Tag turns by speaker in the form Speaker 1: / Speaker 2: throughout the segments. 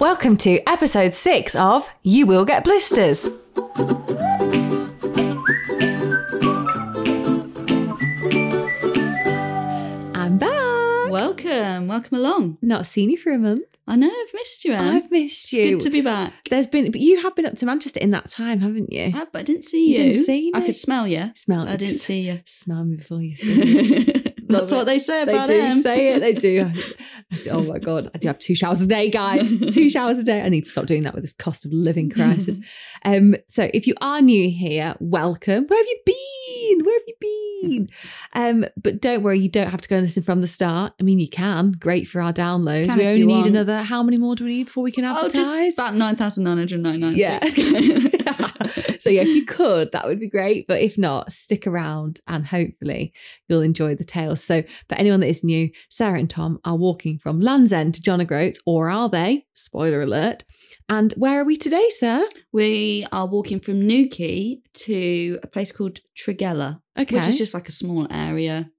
Speaker 1: Welcome to episode six of You Will Get Blisters. I'm back.
Speaker 2: Welcome, welcome along.
Speaker 1: Not seen you for a month.
Speaker 2: I know I've missed you, Anne.
Speaker 1: I've missed
Speaker 2: it's
Speaker 1: you.
Speaker 2: good to be back.
Speaker 1: There's been, but you have been up to Manchester in that time, haven't you?
Speaker 2: Ah, but I didn't see
Speaker 1: You
Speaker 2: you.
Speaker 1: didn't see
Speaker 2: I
Speaker 1: me.
Speaker 2: could smell you.
Speaker 1: Smell.
Speaker 2: I didn't see you.
Speaker 1: Smell me before you see me.
Speaker 2: That's
Speaker 1: it.
Speaker 2: what they say
Speaker 1: They
Speaker 2: about
Speaker 1: do
Speaker 2: them.
Speaker 1: say it. They do. oh my god, I do have two showers a day, guys. two showers a day. I need to stop doing that with this cost of living crisis. Um, so if you are new here, welcome. Where have you been? Where have you been? Um, but don't worry, you don't have to go and listen from the start. I mean, you can. Great for our downloads.
Speaker 2: Can
Speaker 1: we
Speaker 2: if
Speaker 1: only
Speaker 2: you
Speaker 1: need
Speaker 2: want.
Speaker 1: another. How many more do we need before we can
Speaker 2: Oh,
Speaker 1: advertise?
Speaker 2: just about 9,999.
Speaker 1: Yeah.
Speaker 2: Thanks.
Speaker 1: so yeah, if you could, that would be great. But if not, stick around and hopefully you'll enjoy the tales. So for anyone that is new, Sarah and Tom are walking from Land's End to John O'Groats, or are they? Spoiler alert. And where are we today, sir?
Speaker 2: we are walking from Newquay to a place called Trigella,
Speaker 1: Okay.
Speaker 2: which is just like a small area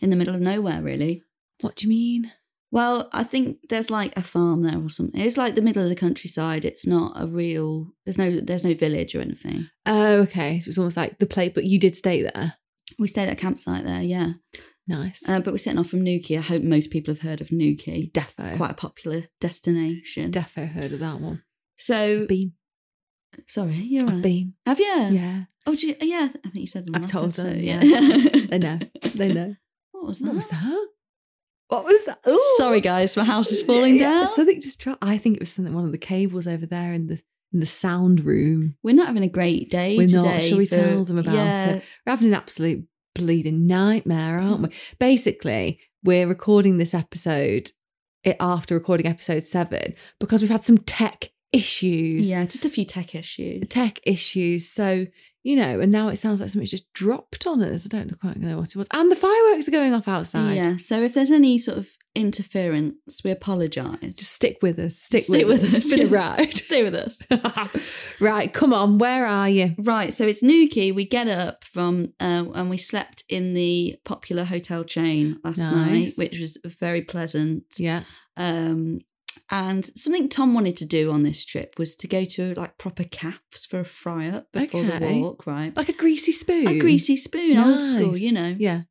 Speaker 2: in the middle of nowhere, really.
Speaker 1: what do you mean?
Speaker 2: Well, I think there's like a farm there or something. It's like the middle of the countryside. It's not a real. There's no. There's no village or anything.
Speaker 1: Oh, okay. So it's almost like the play, but you did stay there.
Speaker 2: We stayed at a campsite there, yeah.
Speaker 1: Nice.
Speaker 2: Uh, but we're setting off from Newquay. I hope most people have heard of Newquay.
Speaker 1: Defo.
Speaker 2: Quite a popular destination.
Speaker 1: Defo heard of that one.
Speaker 2: so,
Speaker 1: Been.
Speaker 2: sorry, you're
Speaker 1: I've
Speaker 2: right.
Speaker 1: been.
Speaker 2: Have you?
Speaker 1: Yeah.
Speaker 2: Oh, do you, yeah, I think you said in the
Speaker 1: I've
Speaker 2: last
Speaker 1: told
Speaker 2: episode.
Speaker 1: them,
Speaker 2: yeah.
Speaker 1: They know. They know.
Speaker 2: What was that?
Speaker 1: What was that? What was that?
Speaker 2: Sorry, guys, my house is falling
Speaker 1: Yeah,
Speaker 2: down.
Speaker 1: Something just dropped. I think it was something. One of the cables over there in the in the sound room.
Speaker 2: we're not having a great day
Speaker 1: We're
Speaker 2: today.
Speaker 1: not. Shall we
Speaker 2: for-
Speaker 1: tell them about
Speaker 2: yeah,
Speaker 1: it? We're having an absolute bleeding nightmare, aren't we? Basically, we're recording this episode it, after recording episode seven because we've had some tech issues.
Speaker 2: Yeah, just a few tech issues.
Speaker 1: Tech issues. So, you know, and now it sounds like something's just dropped on us. I don't quite know what it was. And the fireworks are going off outside.
Speaker 2: Yeah, so if there's any sort of interference, we apologise.
Speaker 1: Just stick with us. Stick,
Speaker 2: Stay
Speaker 1: with, us. It's been a
Speaker 2: yes. Stay with us.
Speaker 1: ride. right, come on. Where are you?
Speaker 2: Right, so it's Nuki. We get up from, uh, and we slept in the popular hotel chain last night,
Speaker 1: Nice.
Speaker 2: which was very pleasant.
Speaker 1: Yeah.
Speaker 2: Um, and something Tom wanted to do on this trip was to go to like proper cafes for a fry up before
Speaker 1: Okay.
Speaker 2: the walk, right?
Speaker 1: Like a greasy spoon.
Speaker 2: A greasy spoon, old school,
Speaker 1: Nice.
Speaker 2: you know.
Speaker 1: Yeah.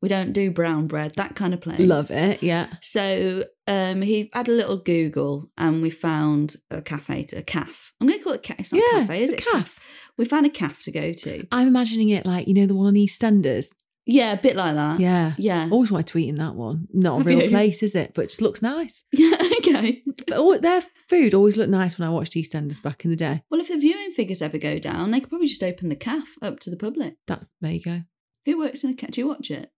Speaker 2: We don't do brown bread, that kind of place.
Speaker 1: Love it. Yeah.
Speaker 2: So um, he had a little Google, and we found a cafe, to, a caf. I'm going to call it. Ca- it's not
Speaker 1: yeah.
Speaker 2: a cafe, is
Speaker 1: it's
Speaker 2: it?
Speaker 1: a calf.
Speaker 2: We found a caf to go to.
Speaker 1: I'm imagining it like, you know, the one on EastEnders.
Speaker 2: Yeah, a bit like that.
Speaker 1: Yeah.
Speaker 2: Yeah.
Speaker 1: Always want to tweet in that one. Not a
Speaker 2: Uh-huh. Have
Speaker 1: real
Speaker 2: you?
Speaker 1: place, is it? But it just looks nice.
Speaker 2: Yeah, okay.
Speaker 1: But all, their food always looked nice when I watched EastEnders back in the day.
Speaker 2: Well, if the viewing figures ever go down, they could probably just open the caf up to the public.
Speaker 1: That's there you go.
Speaker 2: Who works in a caf? Do you watch it?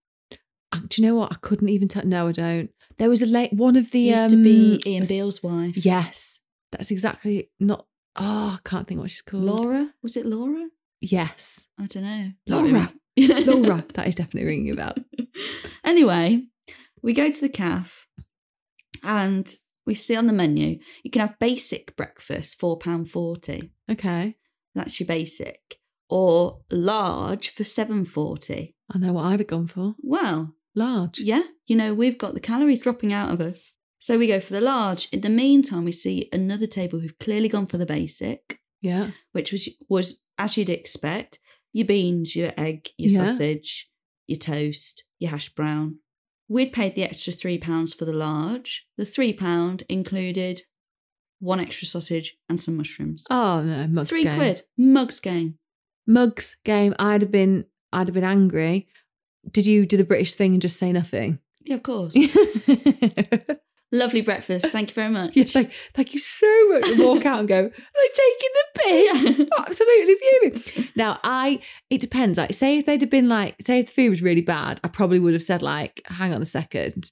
Speaker 1: Uh, do you know what? I couldn't even tell. No, I don't. There was a late one of the
Speaker 2: used
Speaker 1: um,
Speaker 2: to be Ian Beale's wife.
Speaker 1: Yes, that's exactly not. Oh, I can't think what she's called.
Speaker 2: Laura? Was it Laura?
Speaker 1: Yes,
Speaker 2: I don't know.
Speaker 1: Laura.
Speaker 2: Yeah.
Speaker 1: Laura. that is definitely ringing a bell.
Speaker 2: anyway, we go to the calf and we see on the menu you can have basic breakfast, £4.40.
Speaker 1: Okay,
Speaker 2: That's your basic. Or large for seven forty.
Speaker 1: I know what I'd have gone for.
Speaker 2: Well,
Speaker 1: Large.
Speaker 2: yeah, you know, we've got the calories dropping out of us. So we go for the large. In the meantime, we see another table who've clearly gone for the basic.
Speaker 1: Yeah.
Speaker 2: which was was as you'd expect your beans, your egg, your
Speaker 1: Yeah.
Speaker 2: sausage, your toast, your hash brown. We'd paid the extra three pounds for the large. The three pound included one extra sausage and some mushrooms.
Speaker 1: Oh no, mugs
Speaker 2: three
Speaker 1: game.
Speaker 2: quid, mugs game.
Speaker 1: Mugs game. I'd have been. I'd have been angry. Did you do the British thing and just say nothing?
Speaker 2: Yeah, of course.
Speaker 1: yeah,
Speaker 2: Lovely breakfast. Thank you very much.
Speaker 1: thank, thank you so much. And walk out and go. Are they taking the piss?
Speaker 2: Yeah.
Speaker 1: Absolutely fuming. Now, I it depends. Like, say if they'd have been like, say if the food was really bad, I probably would have said like, hang on a second.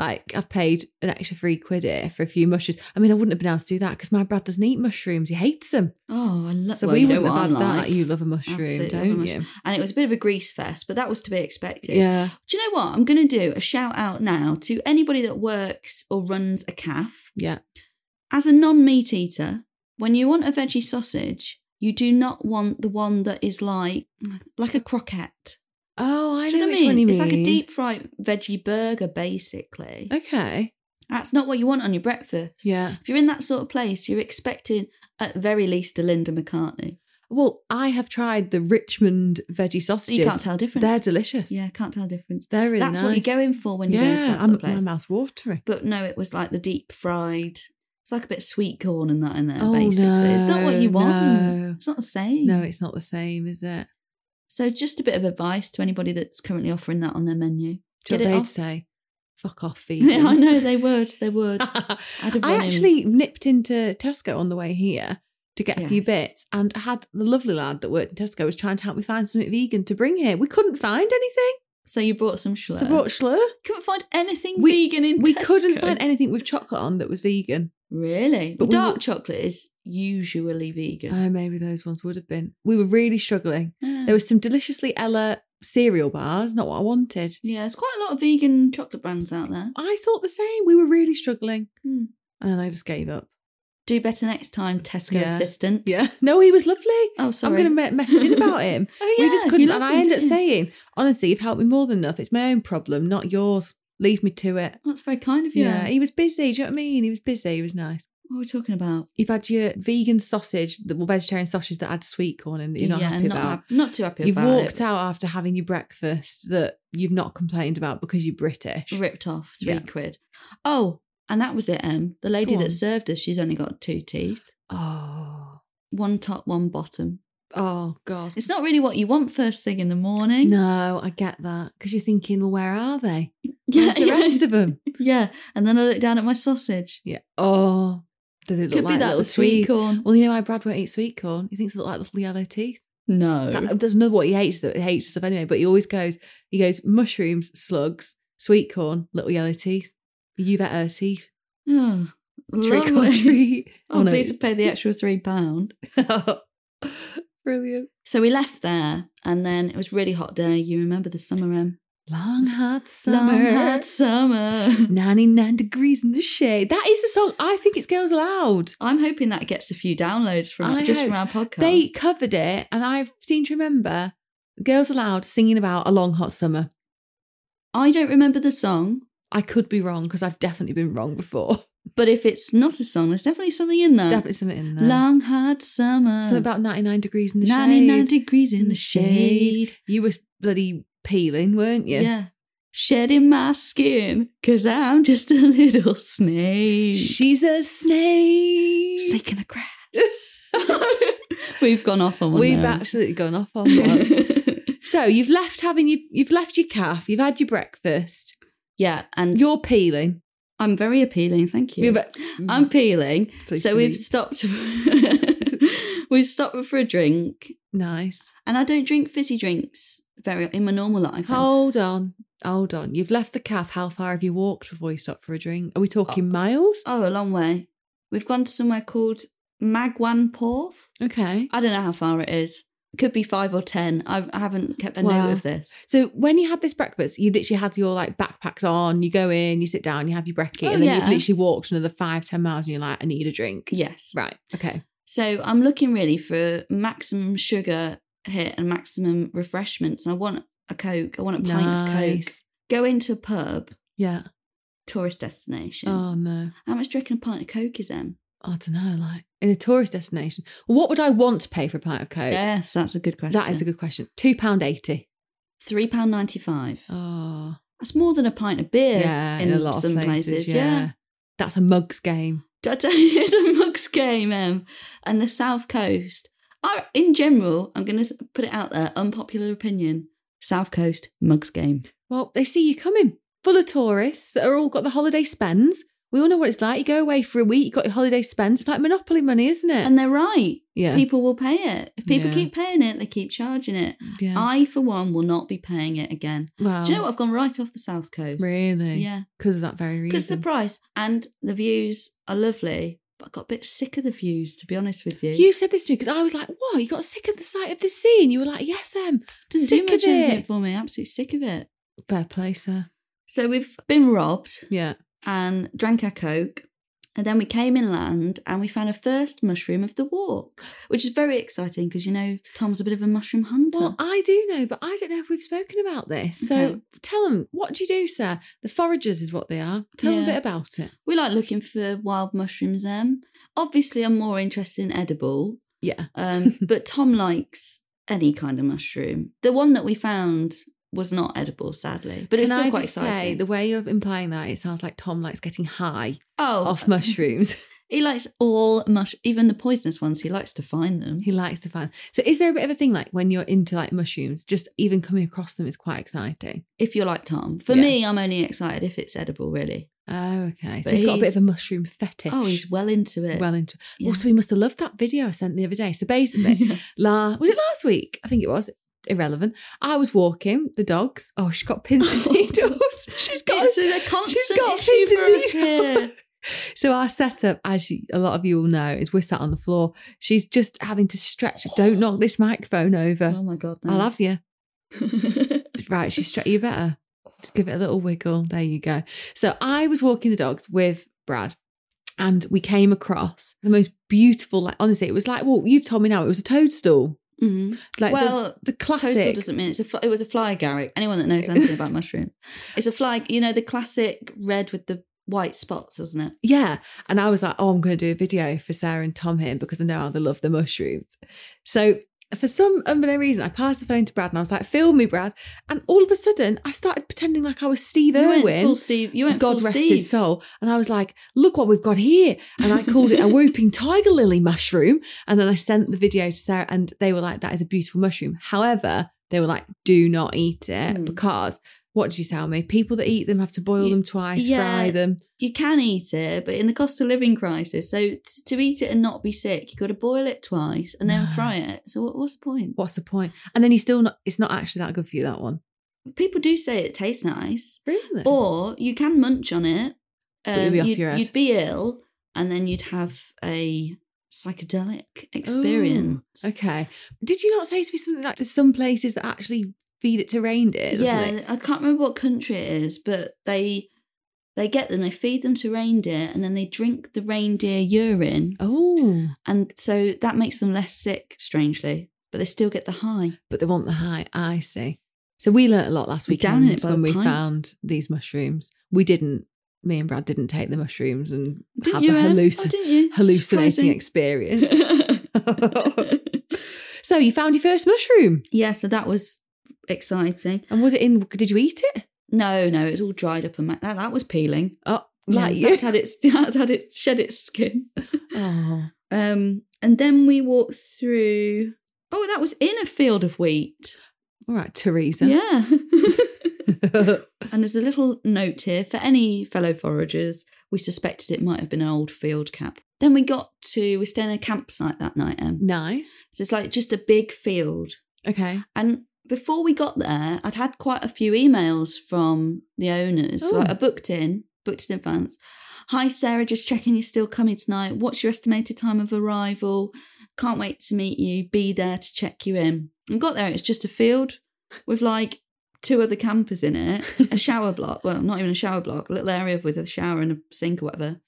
Speaker 1: Like I've paid an extra three quid here for a few mushrooms. I mean, I wouldn't have been able to do that because my Brad doesn't eat mushrooms. He hates them.
Speaker 2: Oh, I love.
Speaker 1: So
Speaker 2: well,
Speaker 1: we
Speaker 2: you know
Speaker 1: wouldn't
Speaker 2: what
Speaker 1: have
Speaker 2: I'm
Speaker 1: had that.
Speaker 2: like.
Speaker 1: You love a mushroom,
Speaker 2: Absolutely love a
Speaker 1: don't
Speaker 2: mushroom. And it was a bit of a grease fest, but that was to be expected.
Speaker 1: you? Yeah.
Speaker 2: Do you know what? I'm going to do a shout out now to anybody that works or runs a calf.
Speaker 1: Yeah.
Speaker 2: As a non meat eater, when you want a veggie sausage, you do not want the one that is like like a croquette.
Speaker 1: Oh, I
Speaker 2: do you
Speaker 1: know,
Speaker 2: know what I
Speaker 1: which
Speaker 2: mean?
Speaker 1: one you
Speaker 2: It's like a
Speaker 1: mean.
Speaker 2: deep fried veggie burger, basically.
Speaker 1: Okay.
Speaker 2: That's not what you want on your breakfast.
Speaker 1: Oh. Yeah.
Speaker 2: If you're in that sort of place, you're expecting at very least a Linda McCartney.
Speaker 1: Well, I have tried the Richmond veggie sausages.
Speaker 2: You can't tell a difference.
Speaker 1: They're delicious.
Speaker 2: yeah, can't tell a difference.
Speaker 1: They're really
Speaker 2: That's
Speaker 1: nice.
Speaker 2: what you're going for when
Speaker 1: yeah,
Speaker 2: you go into that sort
Speaker 1: I'm-
Speaker 2: of place.
Speaker 1: my mouth's watering.
Speaker 2: But no, it was like the deep fried. It's like a bit of sweet corn and that in there,
Speaker 1: Oh,
Speaker 2: basically. it's not what
Speaker 1: no,
Speaker 2: you want.
Speaker 1: no.
Speaker 2: It's not the same.
Speaker 1: No, it's not the same, is it?
Speaker 2: So just a bit of advice to anybody that's currently offering that on their menu.
Speaker 1: Do you know
Speaker 2: Get it
Speaker 1: what they'd
Speaker 2: off.
Speaker 1: say, fuck off,
Speaker 2: Yeah, I
Speaker 1: vegans.
Speaker 2: know they would. They would. I'd have
Speaker 1: I
Speaker 2: run in.
Speaker 1: actually nipped into Tesco on the way here to get a few
Speaker 2: Yes.
Speaker 1: bits, and I had the lovely lad that worked in Tesco was trying to help me find something vegan to bring here. We couldn't find anything,
Speaker 2: So you brought some schlur.
Speaker 1: so I brought schlur.
Speaker 2: couldn't find anything
Speaker 1: We-
Speaker 2: vegan in
Speaker 1: We
Speaker 2: Tesco.
Speaker 1: couldn't find anything with chocolate on that was vegan.
Speaker 2: Really?
Speaker 1: But we-
Speaker 2: Dark chocolate is usually vegan. Ah.
Speaker 1: Oh, maybe those ones would have been. We were really struggling.
Speaker 2: Yeah.
Speaker 1: There was some deliciously Ella cereal bars, not what I wanted.
Speaker 2: yeah, there's quite a lot of vegan chocolate brands out there.
Speaker 1: I thought the same. We were really struggling,
Speaker 2: Hmm.
Speaker 1: and I just gave up.
Speaker 2: Do better next time, Tesco
Speaker 1: Yeah.
Speaker 2: assistant.
Speaker 1: Yeah, no, he was lovely.
Speaker 2: Oh, sorry.
Speaker 1: I'm going to message in about him.
Speaker 2: Oh,
Speaker 1: we just
Speaker 2: you
Speaker 1: couldn't.
Speaker 2: loved
Speaker 1: And I
Speaker 2: him,
Speaker 1: ended up
Speaker 2: didn't you?
Speaker 1: saying, honestly, you've helped me more than enough. It's my own problem, not yours. Leave me to it.
Speaker 2: That's very kind of you.
Speaker 1: Yeah. He was busy. Do you know what I mean? He was busy. He was nice.
Speaker 2: What are we talking about?
Speaker 1: You've had your vegan sausage, the well, vegetarian sausage that had sweet corn in that you're not
Speaker 2: yeah,
Speaker 1: happy
Speaker 2: not,
Speaker 1: about.
Speaker 2: hap- not too happy
Speaker 1: You've
Speaker 2: about
Speaker 1: walked
Speaker 2: it.
Speaker 1: out after having your breakfast that you've not complained about because you're British.
Speaker 2: Ripped off three
Speaker 1: Yeah.
Speaker 2: quid. Oh, and that was it, Em. The lady
Speaker 1: Go on.
Speaker 2: that served us, she's only got two teeth.
Speaker 1: Oh,
Speaker 2: One top, one bottom.
Speaker 1: oh God.
Speaker 2: It's not really what you want first thing in the morning.
Speaker 1: No, I get that because you're thinking, well, where are they?
Speaker 2: Yeah,
Speaker 1: Where's the rest of them?
Speaker 2: yeah. And then I look down at my sausage.
Speaker 1: Yeah. Oh, do they look
Speaker 2: Could
Speaker 1: like
Speaker 2: be that
Speaker 1: little
Speaker 2: the sweet
Speaker 1: Swedes?
Speaker 2: corn.
Speaker 1: Well, you know why Brad won't eat sweet corn? He thinks it look like little yellow teeth.
Speaker 2: No.
Speaker 1: That, that's another what he hates that he hates stuff anyway. But he always goes, he goes mushrooms, slugs, sweet corn, little yellow teeth. You've got her teeth.
Speaker 2: oh,
Speaker 1: Trick or
Speaker 2: lovely.
Speaker 1: treat.
Speaker 2: Oh,
Speaker 1: no,
Speaker 2: please
Speaker 1: it's-
Speaker 2: pay the extra three pound.
Speaker 1: Brilliant.
Speaker 2: So we left there, and then it was really hot day. You remember the summer, Em?
Speaker 1: Long hot summer.
Speaker 2: Long hot summer.
Speaker 1: It's 99 degrees in the shade. That is the song. I think it's Girls Aloud.
Speaker 2: I'm hoping that gets a few downloads from
Speaker 1: I
Speaker 2: just
Speaker 1: hope
Speaker 2: from our podcast.
Speaker 1: They covered it, and I've seemed to remember Girls Aloud singing about a long hot summer.
Speaker 2: I don't remember the song,
Speaker 1: I could be wrong because I've definitely been wrong before.
Speaker 2: but if it's not a song, there's definitely something in there.
Speaker 1: definitely something in there.
Speaker 2: Long hard summer.
Speaker 1: Something about 99 degrees in the
Speaker 2: 99
Speaker 1: shade. Mm,
Speaker 2: degrees in the shade.
Speaker 1: You were bloody peeling, weren't you?
Speaker 2: Yeah. Shedding my skin, cause I'm just a little snake.
Speaker 1: She's a snake.
Speaker 2: Snake in the grass. We've gone off on one.
Speaker 1: We've
Speaker 2: now.
Speaker 1: absolutely gone off on one. so you've left having your you've left your calf, you've had your breakfast,
Speaker 2: yeah, and
Speaker 1: you're peeling.
Speaker 2: I'm very appealing. Mm. Thank you.
Speaker 1: You've-
Speaker 2: I'm peeling.
Speaker 1: Pleased
Speaker 2: so
Speaker 1: to
Speaker 2: we've
Speaker 1: meet.
Speaker 2: stopped. we've stopped for a drink,
Speaker 1: nice.
Speaker 2: and I don't drink fizzy drinks very in my normal life.
Speaker 1: Hold on. Hold on. You've left the calf. How far have you walked before you stopped for a drink? Are we talking miles?
Speaker 2: Oh, a long way. We've gone to somewhere called Magwanporth.
Speaker 1: Okay.
Speaker 2: I don't know how far it is. Could be five or ten. I, I haven't kept a
Speaker 1: Wow.
Speaker 2: note of this.
Speaker 1: So when you had this breakfast, you literally had your like backpacks on. You go in, you sit down, you have your brekkie,
Speaker 2: Oh,
Speaker 1: and then you've
Speaker 2: yeah.
Speaker 1: literally walked another five, ten miles, and you're like, I need a drink.
Speaker 2: Yes.
Speaker 1: Right. Okay.
Speaker 2: So I'm looking really for maximum sugar hit and maximum refreshments. I want a Coke. I want a pint of Coke.
Speaker 1: Nice.
Speaker 2: Go into a pub,
Speaker 1: Yeah.
Speaker 2: tourist destination.
Speaker 1: Oh no.
Speaker 2: How much do you reckon a pint of Coke is, Em?
Speaker 1: I don't know. Like in a tourist destination, what would I want to pay for a pint of coke?
Speaker 2: Yes, that's a good question.
Speaker 1: That is a good question. Two pound eighty.
Speaker 2: three pound ninety five.
Speaker 1: Oh.
Speaker 2: That's more than a pint of beer
Speaker 1: Yeah.
Speaker 2: in, some places. yeah.
Speaker 1: That's a mugs game.
Speaker 2: I tell you, it's a mugs game, Em. And the South Coast. I, in general, I'm going to put it out there unpopular opinion South Coast mugs game.
Speaker 1: Well, they see you coming full of tourists that are all got the holiday spends. We all know what it's like. You go away for a week, you got your holiday spends. It's like Monopoly money, isn't it?
Speaker 2: And they're right.
Speaker 1: yeah.
Speaker 2: People will pay it. If people
Speaker 1: Yeah.
Speaker 2: keep paying it, they keep charging it.
Speaker 1: yeah.
Speaker 2: I, for one, will not be paying it again.
Speaker 1: wow.
Speaker 2: Do you know what? I've gone right off the South Coast.
Speaker 1: Really?
Speaker 2: Yeah.
Speaker 1: Because of that very reason.
Speaker 2: Because the price and the views are lovely, but I got a bit sick of the views, to be honest with you.
Speaker 1: you said this to me because I was like, "Whoa, you got sick of the sight of the sea," and you were like, "Yes, um,
Speaker 2: Doesn't
Speaker 1: sick
Speaker 2: do
Speaker 1: of
Speaker 2: much anything
Speaker 1: it.
Speaker 2: for me. Absolutely sick of it.
Speaker 1: fair play, sir."
Speaker 2: So we've been robbed
Speaker 1: Yeah,
Speaker 2: and drank our Coke. And then we came inland and we found a first mushroom of the war, which is very exciting because you know Tom's a bit of a mushroom hunter.
Speaker 1: Well, I do know, but I don't know if we've spoken about this. So
Speaker 2: Okay.
Speaker 1: tell them, what do you do, sir? The foragers is what they are. Tell them a
Speaker 2: Yeah.
Speaker 1: bit about it.
Speaker 2: we like looking for wild mushrooms. Um, obviously, I'm more interested in edible,
Speaker 1: Yeah.
Speaker 2: um, but Tom likes any kind of mushroom. The one that we found was not edible, sadly, but it's
Speaker 1: Can
Speaker 2: still
Speaker 1: I
Speaker 2: quite
Speaker 1: just
Speaker 2: exciting.
Speaker 1: Say, the way you're implying that, it sounds like Tom likes getting high
Speaker 2: oh,
Speaker 1: off mushrooms.
Speaker 2: he likes all mush, even the poisonous ones. He likes to find them.
Speaker 1: he likes to find. So is there a bit of a thing like when you're into like mushrooms, just even coming across them is quite exciting?
Speaker 2: If you're like Tom, for
Speaker 1: Yeah.
Speaker 2: me, I'm only excited if it's edible, really.
Speaker 1: Oh, okay. So
Speaker 2: But
Speaker 1: he's got a bit
Speaker 2: he's-
Speaker 1: of a mushroom fetish.
Speaker 2: Oh, he's well into it.
Speaker 1: well into.
Speaker 2: Yeah.
Speaker 1: Also, he must have loved that video I sent the other day. So basically, La was it last week? I think it was. Irrelevant. I was walking the dogs. Oh, she's got pins and needles. she's got.
Speaker 2: it's a
Speaker 1: she's
Speaker 2: constant
Speaker 1: got
Speaker 2: issue
Speaker 1: pins
Speaker 2: for
Speaker 1: and
Speaker 2: us here.
Speaker 1: needles. So our setup, as you, a lot of you will know, is we're sat on the floor. She's just having to stretch. Don't knock this microphone over.
Speaker 2: Oh my god! No.
Speaker 1: I'll have you. Right, she's straight. You better just give it a little wiggle. There you go. So I was walking the dogs with Brad, and we came across the most beautiful. Like honestly, it was like well, you've told me now it was a toadstool.
Speaker 2: Mhm.
Speaker 1: Mm-hmm. Like the,
Speaker 2: well,
Speaker 1: the classic.
Speaker 2: Toadstool doesn't mean it's a. fl- It was a fly, Garrick. Anyone that knows anything about mushrooms, it's a fly. You know the classic red with the white spots, wasn't it?
Speaker 1: Yeah. And I was like, oh, I'm going to do a video for Sarah and Tom here because I know how they love the mushrooms. So for some unknown reason, I passed the phone to Brad and I was like, film me, Brad. And all of a sudden, I started pretending like I was Steve
Speaker 2: you went
Speaker 1: Irwin.
Speaker 2: full Steve. You went
Speaker 1: God
Speaker 2: full
Speaker 1: rest
Speaker 2: Steve.
Speaker 1: his soul. And I was like, look what we've got here. And I called it a whooping tiger lily mushroom. And then I sent the video to Sarah and they were like, that is a beautiful mushroom. However, they were like, do not eat it
Speaker 2: Hmm.
Speaker 1: because what did you tell me? People that eat them have to boil
Speaker 2: You-
Speaker 1: them twice, fry
Speaker 2: yeah.
Speaker 1: them.
Speaker 2: You can eat it, but in the cost of living crisis, so t- to eat it and not be sick, you got to boil it twice and then
Speaker 1: No.
Speaker 2: fry it. So what, what's the point?
Speaker 1: What's the point? And then you still not. It's not actually that good for you. That one,
Speaker 2: People do say it tastes nice,
Speaker 1: really.
Speaker 2: or you can munch on it. um,
Speaker 1: But you'll be off
Speaker 2: you'd,
Speaker 1: your head.
Speaker 2: you'd be ill, and then you'd have a psychedelic experience.
Speaker 1: okay. Did you not say to me something like there's some places that actually feed it to reindeer?
Speaker 2: Yeah, I can't remember what country it is, but they they get them, they feed them to reindeer, and then they drink the reindeer urine,
Speaker 1: Oh,
Speaker 2: and so that makes them less sick. Strangely, but they still get the high.
Speaker 1: but they want the high. I see. So we learnt a lot last
Speaker 2: We're
Speaker 1: weekend
Speaker 2: down in it by
Speaker 1: when
Speaker 2: the
Speaker 1: we
Speaker 2: pint.
Speaker 1: found these mushrooms. We didn't. Me and Brad didn't take the mushrooms and
Speaker 2: Didn't
Speaker 1: have
Speaker 2: you?
Speaker 1: a
Speaker 2: Em?
Speaker 1: halluc-
Speaker 2: oh, didn't you?
Speaker 1: hallucinating
Speaker 2: Surprising.
Speaker 1: experience. so you found your first mushroom,
Speaker 2: yeah, so that was exciting.
Speaker 1: and was it in? Did you eat it?
Speaker 2: No, no, it was all dried up and ma- that, that was peeling.
Speaker 1: Oh,
Speaker 2: Like
Speaker 1: like you.
Speaker 2: yeah, that had its that had its shed its skin.
Speaker 1: Oh,
Speaker 2: Um, and then we walked through. Oh, that was in a field of wheat.
Speaker 1: all right, Teresa.
Speaker 2: Yeah. and there's a little note here for any fellow foragers. We suspected it might have been an old field cap. Then we got to, we stayed in a campsite that night, Em.
Speaker 1: nice.
Speaker 2: So it's like just a big field.
Speaker 1: Okay.
Speaker 2: And before we got there, I'd had quite a few emails from the owners.
Speaker 1: Oh.
Speaker 2: Like I booked in, booked in advance. Hi, Sarah, just checking you're still coming tonight. What's your estimated time of arrival? Can't wait to meet you. Be there to check you in. And got there, it's just a field with like two other campers in it, a shower block. Well, not even a shower block, a little area with a shower and a sink or whatever.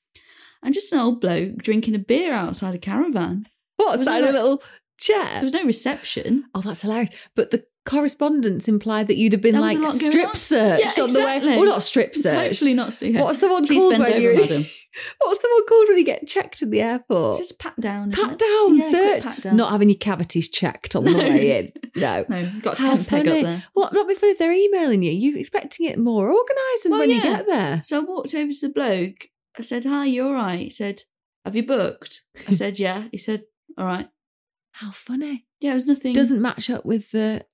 Speaker 2: And just an old bloke drinking a beer outside a caravan.
Speaker 1: What,
Speaker 2: Was it
Speaker 1: sat in a
Speaker 2: like-
Speaker 1: little
Speaker 2: There
Speaker 1: chair?
Speaker 2: was no reception.
Speaker 1: Oh, that's hilarious. But the correspondence implied that you'd have been
Speaker 2: There was
Speaker 1: like
Speaker 2: a lot going
Speaker 1: strip
Speaker 2: on.
Speaker 1: searched
Speaker 2: Yeah,
Speaker 1: on the way.
Speaker 2: exactly.
Speaker 1: Well, not strip searched.
Speaker 2: Hopefully not. Yeah.
Speaker 1: What's the one
Speaker 2: Please
Speaker 1: called
Speaker 2: bend
Speaker 1: when
Speaker 2: over,
Speaker 1: you're
Speaker 2: madam.
Speaker 1: What's the one called when you get checked in the airport?
Speaker 2: It's just pat down. isn't
Speaker 1: pat
Speaker 2: it?
Speaker 1: down,
Speaker 2: Yeah,
Speaker 1: search.
Speaker 2: quick Pat down.
Speaker 1: Not having your cavities checked on the
Speaker 2: No.
Speaker 1: way in. No.
Speaker 2: no, got a
Speaker 1: How
Speaker 2: temp peg
Speaker 1: funny.
Speaker 2: up there.
Speaker 1: What? Not be funny if they're emailing you. You're expecting it more organised than
Speaker 2: Well,
Speaker 1: when you
Speaker 2: yeah.
Speaker 1: get there.
Speaker 2: So I walked over to the bloke. I said, "Hi, you all right?" He said, "Have you booked?" I said, "Yeah." He said, "All right."
Speaker 1: How funny.
Speaker 2: Yeah, it was nothing.
Speaker 1: Doesn't match up with the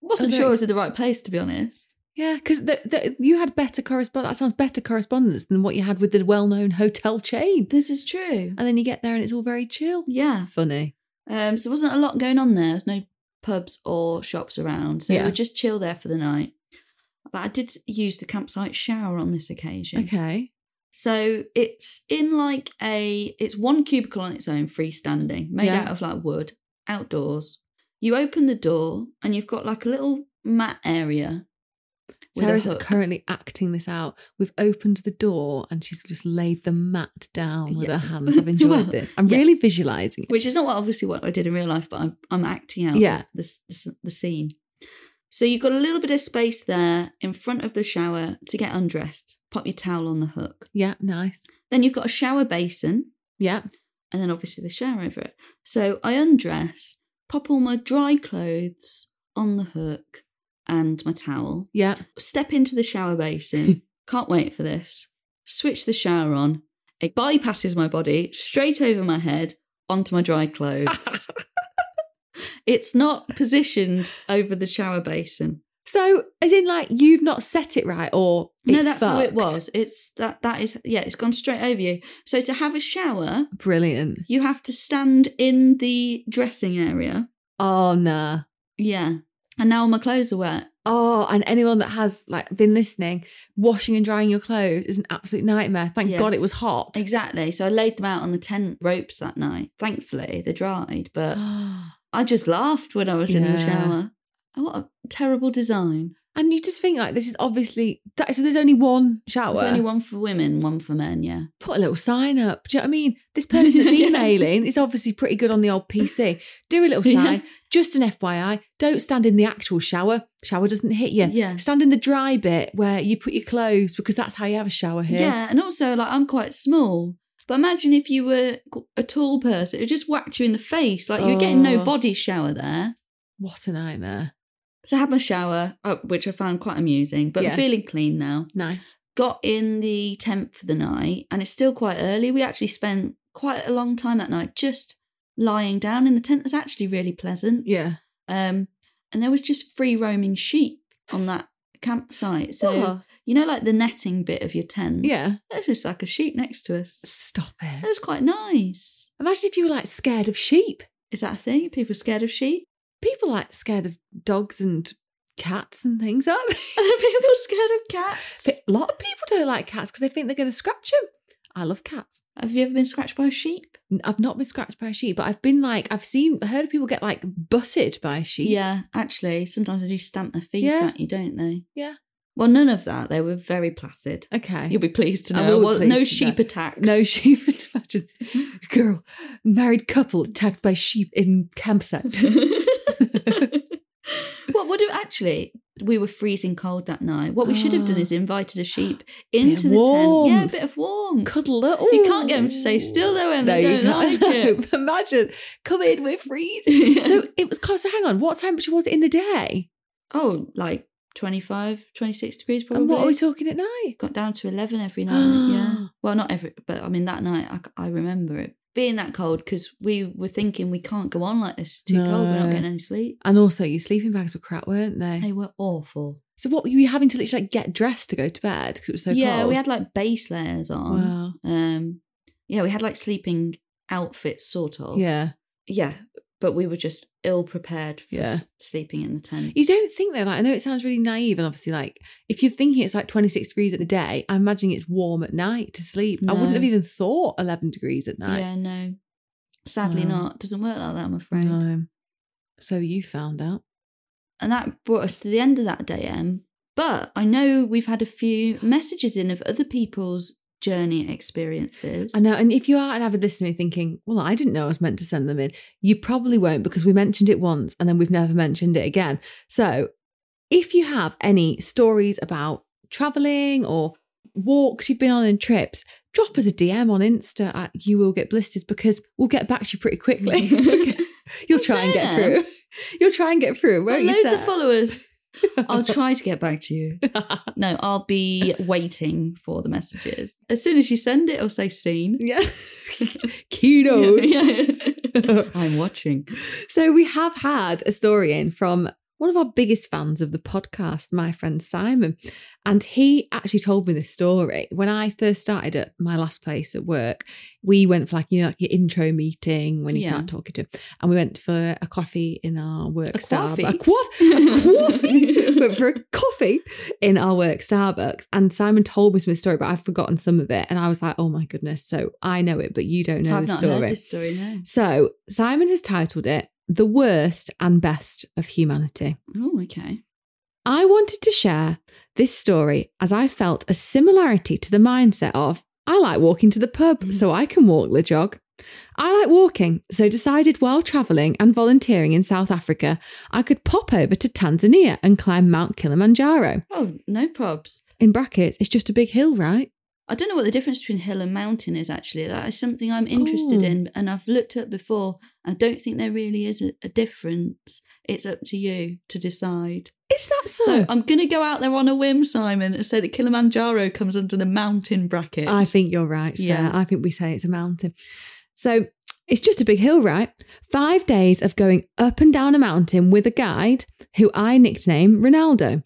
Speaker 2: wasn't
Speaker 1: other
Speaker 2: sure I
Speaker 1: ex-
Speaker 2: was in the right place to be honest.
Speaker 1: Yeah, because the, the, you had better correspondence. That sounds better correspondence than what you had with the well-known hotel chain.
Speaker 2: This is true.
Speaker 1: And then you get there and it's all very chill.
Speaker 2: Yeah.
Speaker 1: Funny.
Speaker 2: Um. So there wasn't a lot going on there. There's no pubs or shops around, so
Speaker 1: Yeah.
Speaker 2: we would just chill there for the night. But I did use the campsite shower on this occasion.
Speaker 1: Okay.
Speaker 2: So it's in like a it's one cubicle on its own, freestanding, made
Speaker 1: Yeah.
Speaker 2: out of like wood, outdoors. You open the door and you've got like a little mat area. with
Speaker 1: Sarah's
Speaker 2: a hook.
Speaker 1: currently acting this out. We've opened the door and she's just laid the mat down with
Speaker 2: Yeah.
Speaker 1: her hands. I've enjoyed
Speaker 2: Well,
Speaker 1: this. I'm
Speaker 2: yes.
Speaker 1: really visualizing it.
Speaker 2: which is not what obviously what I did in real life, but I'm, I'm acting out
Speaker 1: Yeah.
Speaker 2: the, s- the, s- the scene. So you've got a little bit of space there in front of the shower to get undressed. Pop your towel on the hook.
Speaker 1: Yeah, nice.
Speaker 2: Then you've got a shower basin,
Speaker 1: Yeah.
Speaker 2: and then obviously the shower over it. So I undress, pop all my dry clothes on the hook, and my towel.
Speaker 1: Yeah.
Speaker 2: Step into the shower basin. Can't wait for this. Switch the shower on. It bypasses my body straight over my head onto my dry clothes. it's not positioned over the shower basin.
Speaker 1: So, as in, like, you've not set it right, or
Speaker 2: No,
Speaker 1: it's
Speaker 2: that's how it
Speaker 1: fucked.
Speaker 2: was. It's that that is yeah, it's gone straight over you. So to have a shower,
Speaker 1: Brilliant.
Speaker 2: you have to stand in the dressing area.
Speaker 1: Oh, nah.
Speaker 2: Yeah. And now all my clothes are wet.
Speaker 1: Oh, and anyone that has like been listening, washing and drying your clothes is an absolute nightmare. Thank God it
Speaker 2: Yes.
Speaker 1: was hot.
Speaker 2: Exactly. So I laid them out on the tent ropes that night. Thankfully, they dried, but
Speaker 1: and
Speaker 2: I just laughed when I was in the
Speaker 1: Yeah.
Speaker 2: shower. Oh, What a terrible design.
Speaker 1: you just think like this is obviously that, so. There's only one shower.
Speaker 2: There's only one for women, one for men, yeah.
Speaker 1: Put a little sign up. Do you know what I mean? This person that's
Speaker 2: Yeah.
Speaker 1: emailing is obviously pretty good on the old PC. Do a little
Speaker 2: Yeah.
Speaker 1: sign. Just an FYI. Don't stand in the actual shower. Shower doesn't hit you.
Speaker 2: Yeah.
Speaker 1: Stand in the dry bit where you put your clothes because that's how you have a shower here.
Speaker 2: Yeah. And also, like, I'm quite small. But imagine if you were a tall person, it would just whack you in the face. Like, you're getting no
Speaker 1: Oh.
Speaker 2: body shower there.
Speaker 1: What a nightmare.
Speaker 2: So I had my shower, uh, which I found quite amusing, but
Speaker 1: Yeah.
Speaker 2: I'm feeling clean now.
Speaker 1: Nice.
Speaker 2: got in the tent for the night and it's still quite early. We actually spent quite a long time that night just lying down in the tent. That's actually really pleasant.
Speaker 1: Yeah.
Speaker 2: Um, and there was just free roaming sheep on that campsite. So,
Speaker 1: Oh,
Speaker 2: you know, like the netting bit of your tent?
Speaker 1: yeah.
Speaker 2: There's just like a sheep next to us.
Speaker 1: Stop it.
Speaker 2: That was quite nice.
Speaker 1: Imagine if you were like scared of sheep.
Speaker 2: Is that a thing? People scared of sheep?
Speaker 1: People like scared of dogs and cats and things, aren't they?
Speaker 2: Are there people scared of cats?
Speaker 1: A lot of people don't like cats because they think they're going to scratch them. I love cats.
Speaker 2: Have you ever been scratched by a sheep?
Speaker 1: N- I've not been scratched by a sheep, but I've been like, I've seen, heard of people get like butted by a sheep.
Speaker 2: Yeah, actually, sometimes they do stamp their feet
Speaker 1: Yeah.
Speaker 2: at you, don't they?
Speaker 1: Yeah.
Speaker 2: Well, none of that. They were very placid.
Speaker 1: Okay.
Speaker 2: You'll be pleased to
Speaker 1: I will
Speaker 2: know.
Speaker 1: be
Speaker 2: Well, no
Speaker 1: pleased to know.
Speaker 2: sheep attacks.
Speaker 1: no sheep. Imagine a
Speaker 2: Mm-hmm.
Speaker 1: girl, married couple attacked by sheep in campsite.
Speaker 2: what would have actually? We were freezing cold that night. What we should have done
Speaker 1: Ah.
Speaker 2: is invited a sheep into the tent. Yeah, a
Speaker 1: warmth.
Speaker 2: bit of warmth.
Speaker 1: Cuddle up.
Speaker 2: You can't get them to stay still though, Em. They
Speaker 1: you
Speaker 2: don't like
Speaker 1: can't.
Speaker 2: it.
Speaker 1: Imagine, come in, we're freezing. so it was cold. So hang on, what temperature was it in the day?
Speaker 2: oh, like 25, 26 degrees probably.
Speaker 1: And what are we talking at night?
Speaker 2: Got down to 11 every night. yeah. Well, not every, but I mean, that night I, I remember it being that cold because we were thinking we can't go on like this. It's too cold. We're not
Speaker 1: No.
Speaker 2: getting any sleep.
Speaker 1: And also, your sleeping bags were crap, weren't they?
Speaker 2: They were awful.
Speaker 1: So what were you having to literally like get dressed to go to bed because it was so
Speaker 2: yeah,
Speaker 1: cold?
Speaker 2: we had like base layers on.
Speaker 1: Wow.
Speaker 2: Um, yeah, we had like sleeping outfits, sort of.
Speaker 1: Yeah.
Speaker 2: yeah, but we were just ill prepared for
Speaker 1: Yeah.
Speaker 2: s- sleeping in the tent.
Speaker 1: You don't think though, like I know it sounds really naive, and obviously, like if you're thinking it's like 26 degrees at the day, I'm imagining it's warm at night to sleep. I wouldn't
Speaker 2: No.
Speaker 1: have even thought 11 degrees at night.
Speaker 2: Yeah, no, sadly
Speaker 1: Wow.
Speaker 2: not. Doesn't work like that, I'm afraid.
Speaker 1: No. So you found out.
Speaker 2: And that brought us to the end of that day, Em. But I know we've had a few messages in of other people's journey experiences.
Speaker 1: I know. And if you are an avid listener thinking, well, I didn't know I was meant to send them in, you probably won't because we mentioned it once and then we've never mentioned it again. So if you have any stories about traveling or walks you've been on and trips, drop us a DM on Insta at You Will Get Blisters because we'll get back to you pretty quickly because you'll
Speaker 2: Well,
Speaker 1: try and get
Speaker 2: Sarah.
Speaker 1: through. You'll try and get through,
Speaker 2: Got
Speaker 1: won't
Speaker 2: loads
Speaker 1: you?
Speaker 2: of followers. I'll try to get back to you. No, I'll be waiting for the messages. As soon as you send it, it'll say seen.
Speaker 1: yeah. Kudos.
Speaker 2: I'm watching.
Speaker 1: So we have had a story in from one of our biggest fans of the podcast, my friend Simon. And he actually told me this story. When I first started at my last place at work, we went for like, you know, like your intro meeting when you
Speaker 2: Yeah.
Speaker 1: start talking to him. And we went for a coffee in our work
Speaker 2: A
Speaker 1: Starbucks.
Speaker 2: coffee?
Speaker 1: A quaff- a coffee. went for a coffee in our work Starbucks. And Simon told me some of the story, but I've forgotten some of it. And I was like, oh my goodness. So I know it, but you don't know
Speaker 2: I've
Speaker 1: the
Speaker 2: not
Speaker 1: story.
Speaker 2: heard this story, no.
Speaker 1: So Simon has titled it The Worst and Best of Humanity.
Speaker 2: Oh, okay.
Speaker 1: I wanted to share this story as I felt a similarity to the mindset of I like walking to the pub, so I can walk the jog. I like walking, so decided while travelling and volunteering in South Africa, I could pop over to Tanzania and climb Mount Kilimanjaro.
Speaker 2: Oh, no probs.
Speaker 1: In brackets, it's just a big hill, right?
Speaker 2: I don't know what the difference between hill and mountain is actually. That is something I'm interested
Speaker 1: Oh.
Speaker 2: in and I've looked up before. I don't think there really is a, a difference. It's up to you to decide.
Speaker 1: Is that so?
Speaker 2: So I'm going to go out there on a whim, Simon, and say that Kilimanjaro comes under the mountain bracket.
Speaker 1: I think you're right, Sarah.
Speaker 2: Yeah.
Speaker 1: I think we say it's a mountain. So it's just a big hill, right? Five days of going up and down a mountain with a guide who I nicknamed Ronaldo,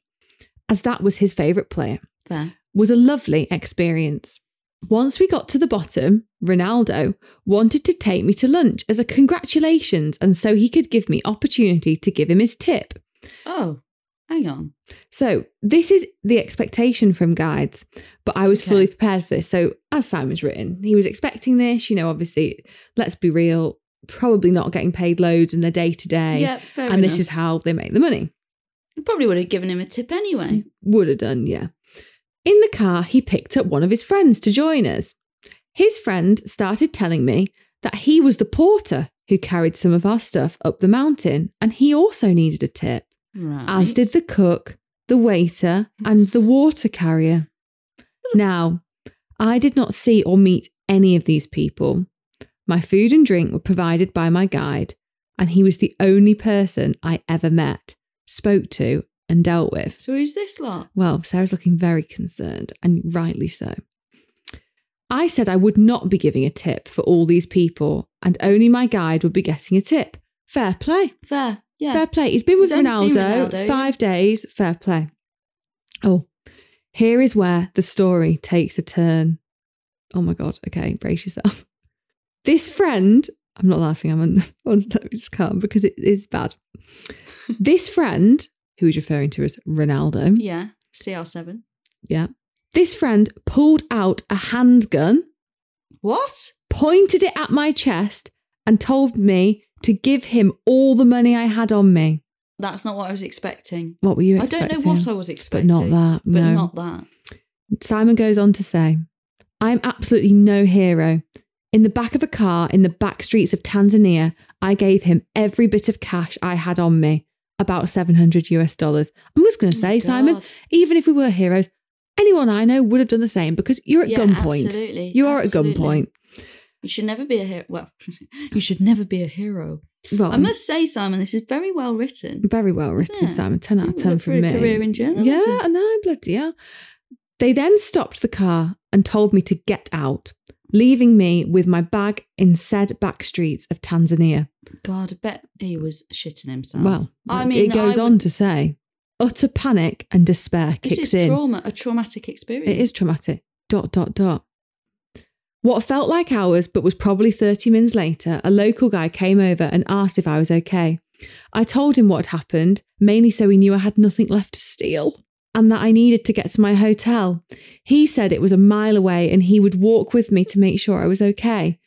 Speaker 1: as that was his favourite player
Speaker 2: Fair.
Speaker 1: was a lovely experience. Once we got to the bottom, Ronaldo wanted to take me to lunch as a congratulations and so he could give me opportunity to give him his tip.
Speaker 2: Oh, hang on.
Speaker 1: So, this is the expectation from guides, but I was
Speaker 2: Okay.
Speaker 1: fully prepared for this. So, as Simon's written, he was expecting this, you know, obviously, let's be real, probably not getting paid loads in their day to day.
Speaker 2: Yeah, fair
Speaker 1: And
Speaker 2: enough.
Speaker 1: this is how they make the money.
Speaker 2: I probably would have given him a tip anyway.
Speaker 1: Would have done, yeah. In the car, he picked up one of his friends to join us. His friend started telling me that he was the porter who carried some of our stuff up the mountain, and he also needed a tip, Mm,
Speaker 2: Right.
Speaker 1: as did the cook, the waiter, and the water carrier. Now, I did not see or meet any of these people. My food and drink were provided by my guide, and he was the only person I ever met, spoke to, and dealt with.
Speaker 2: So who's this lot?
Speaker 1: Well, Sarah's looking very concerned, and rightly so. I said I would not be giving a tip for all these people, and only my guide would be getting a tip. Fair play.
Speaker 2: Fair. Yeah.
Speaker 1: Fair play. He's been with
Speaker 2: He's only
Speaker 1: Ronaldo,
Speaker 2: seen Ronaldo,
Speaker 1: five days. Fair play. Oh, here is where the story takes a turn. Oh my God. Okay, brace yourself. This friend, I'm not laughing, I'm on, on just calm because it is bad. this friend, who he's referring to as Ronaldo,
Speaker 2: Yeah. CR7.
Speaker 1: this friend pulled out a handgun,
Speaker 2: What?
Speaker 1: pointed it at my chest, and told me to give him all the money I had on me.
Speaker 2: That's not what I was expecting.
Speaker 1: What were you
Speaker 2: I
Speaker 1: expecting?
Speaker 2: don't know what I was
Speaker 1: But
Speaker 2: expecting.
Speaker 1: not that.
Speaker 2: But
Speaker 1: no.
Speaker 2: not that. Oh
Speaker 1: Simon goes on to say, I am absolutely no hero. In the back of a car in the back streets of Tanzania, I gave him every bit of cash I had on me, about 700 US dollars. I'm just going to say,
Speaker 2: Oh,
Speaker 1: Simon,
Speaker 2: God.
Speaker 1: even if we were heroes, anyone I know would have done the same because you're at
Speaker 2: Yeah,
Speaker 1: gunpoint.
Speaker 2: Absolutely.
Speaker 1: You are
Speaker 2: absolutely.
Speaker 1: at gunpoint.
Speaker 2: You should never be a hero. Well, you should never be a hero.
Speaker 1: Well,
Speaker 2: I must say, Simon, this is very well written.
Speaker 1: Very well written,
Speaker 2: Yeah.
Speaker 1: Simon. 10 out of
Speaker 2: Look
Speaker 1: 10
Speaker 2: for
Speaker 1: from
Speaker 2: a
Speaker 1: me.
Speaker 2: career in journalism.
Speaker 1: yeah, I know, bloody yeah. They then stopped the car and told me to get out, leaving me with my bag in said back streets of Tanzania.
Speaker 2: God, I bet he was shitting himself.
Speaker 1: Well,
Speaker 2: Oh, I
Speaker 1: I
Speaker 2: mean,
Speaker 1: mean, it goes
Speaker 2: I
Speaker 1: on
Speaker 2: would-
Speaker 1: to say utter panic and despair
Speaker 2: this
Speaker 1: kicks
Speaker 2: is
Speaker 1: in.
Speaker 2: trauma, a traumatic experience.
Speaker 1: It is traumatic. Dot, dot, dot. What felt like hours, but was probably 30 minutes later, a local guy came over and asked if I was okay. I told him what had happened, mainly so he knew I had nothing left to steal and that I needed to get to my hotel. He said it was a mile away and he would walk with me to make sure I was okay.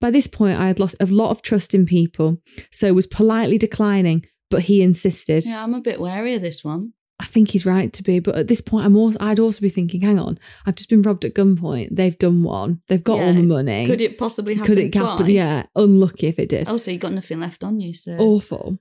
Speaker 1: By this point, I had lost a lot of trust in people, so was politely declining, but he insisted.
Speaker 2: Yeah, I'm a bit wary of this one.
Speaker 1: I think he's right to be, but at this point, I'm also I'd also be thinking, hang on, I've just been robbed at gunpoint. They've done one. They've got all
Speaker 2: Yeah,
Speaker 1: the money.
Speaker 2: Could it possibly happen twice?
Speaker 1: Yeah, unlucky if it did.
Speaker 2: Also, you got nothing left on you, so
Speaker 1: Awful.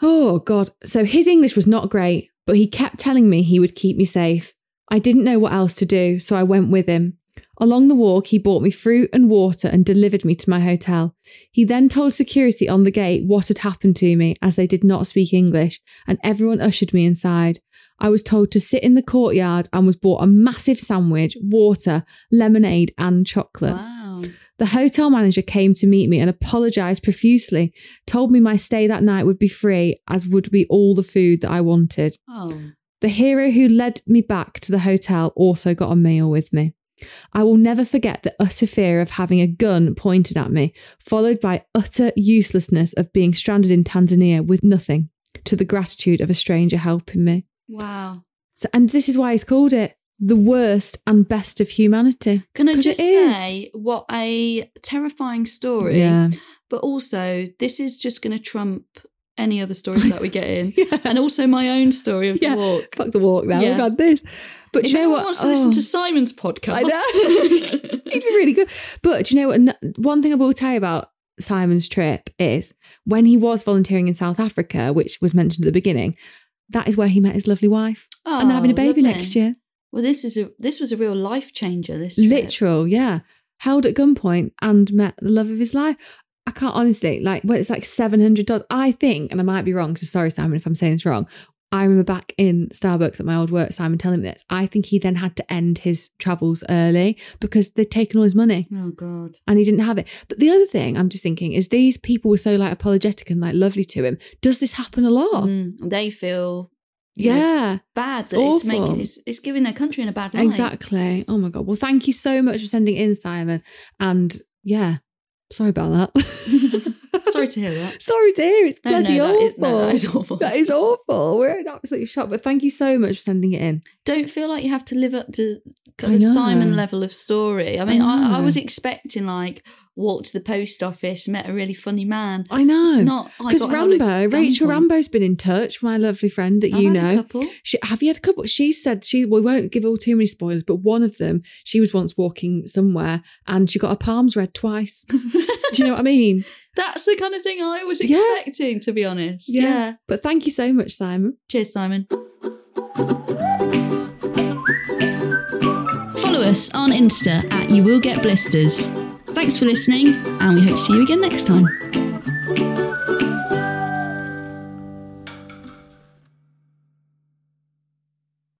Speaker 1: Oh God. So his English was not great, but he kept telling me he would keep me safe. I didn't know what else to do, so I went with him. Along the walk, he bought me fruit and water and delivered me to my hotel. He then told security on the gate what had happened to me, as they did not speak English, and everyone ushered me inside. I was told to sit in the courtyard and was bought a massive sandwich, water, lemonade, and chocolate.
Speaker 2: wow.
Speaker 1: The hotel manager came to meet me and apologized profusely, told me my stay that night would be free, as would be all the food that I wanted.
Speaker 2: Oh,
Speaker 1: The hero who led me back to the hotel also got a meal with me. I will never forget the utter fear of having a gun pointed at me, followed by utter uselessness of being stranded in Tanzania with nothing, to the gratitude of a stranger helping me.
Speaker 2: wow.
Speaker 1: So, and this is why he's called it the worst and best of humanity.
Speaker 2: Can I
Speaker 1: 'Cause it
Speaker 2: just
Speaker 1: is.
Speaker 2: say what a terrifying story?
Speaker 1: Yeah.
Speaker 2: But also, this is just going to trump any other stories that we get in,
Speaker 1: Yeah.
Speaker 2: and also my own story of
Speaker 1: Yeah.
Speaker 2: the walk.
Speaker 1: Fuck the walk now.
Speaker 2: Yeah.
Speaker 1: Oh God, this. But
Speaker 2: If
Speaker 1: do you know
Speaker 2: anyone
Speaker 1: what?
Speaker 2: wants to listen
Speaker 1: Oh.
Speaker 2: to Simon's podcast,
Speaker 1: I know. It's really good. But do you know what? N- One thing I will tell you about Simon's trip is when he was volunteering in South Africa, which was mentioned at the beginning, that is where he met his lovely wife and they're having a
Speaker 2: Oh,
Speaker 1: baby
Speaker 2: lovely.
Speaker 1: next year.
Speaker 2: Well, this is a this was a real life changer. This trip.
Speaker 1: Literal, yeah. Held at gunpoint and met the love of his life. I can't honestly, like, well, it's like $700. I think, and I might be wrong, so sorry, Simon, if I'm saying this wrong. I remember back in Starbucks at my old work, Simon telling me this. I think he then had to end his travels early because they'd taken all his money.
Speaker 2: Oh God.
Speaker 1: and he didn't have it. But the other thing I'm just thinking is these people were so like apologetic and like lovely to him. Does this happen a lot?
Speaker 2: Mm, they feel you know,
Speaker 1: Yeah,
Speaker 2: bad that it's
Speaker 1: Awful.
Speaker 2: making it's, it's giving their country in a bad light.
Speaker 1: exactly. Oh my god. Well, thank you so much for sending in, Simon. And yeah, sorry about that.
Speaker 2: Sorry to hear that.
Speaker 1: sorry to hear it's
Speaker 2: No,
Speaker 1: bloody
Speaker 2: no, that
Speaker 1: awful.
Speaker 2: is, no, that is awful.
Speaker 1: That is awful. We're in absolute shock. But thank you so much for sending it in.
Speaker 2: Don't feel like you have to live up to
Speaker 1: I
Speaker 2: kind of
Speaker 1: know.
Speaker 2: Simon level of story. I mean, I, I,
Speaker 1: know.
Speaker 2: was expecting like walk to the post office, met a really funny man.
Speaker 1: I know.
Speaker 2: Not I
Speaker 1: because
Speaker 2: got held at
Speaker 1: Rambo, Rachel
Speaker 2: gunpoint.
Speaker 1: Rambo's been in touch, my lovely friend that
Speaker 2: I've
Speaker 1: you
Speaker 2: had a
Speaker 1: know.
Speaker 2: couple.
Speaker 1: She, have you had a couple? She said she. We won't give all too many spoilers, but one of them, she was once walking somewhere and she got her palms read twice. Do you know what I mean?
Speaker 2: That's the kind of thing I was
Speaker 1: Yeah.
Speaker 2: expecting, to be honest.
Speaker 1: Yeah.
Speaker 2: yeah.
Speaker 1: But thank you so much, Simon.
Speaker 2: Cheers, Simon. Follow us on Insta at You Will Get Blisters. Thanks for listening, and we hope to see you again next time.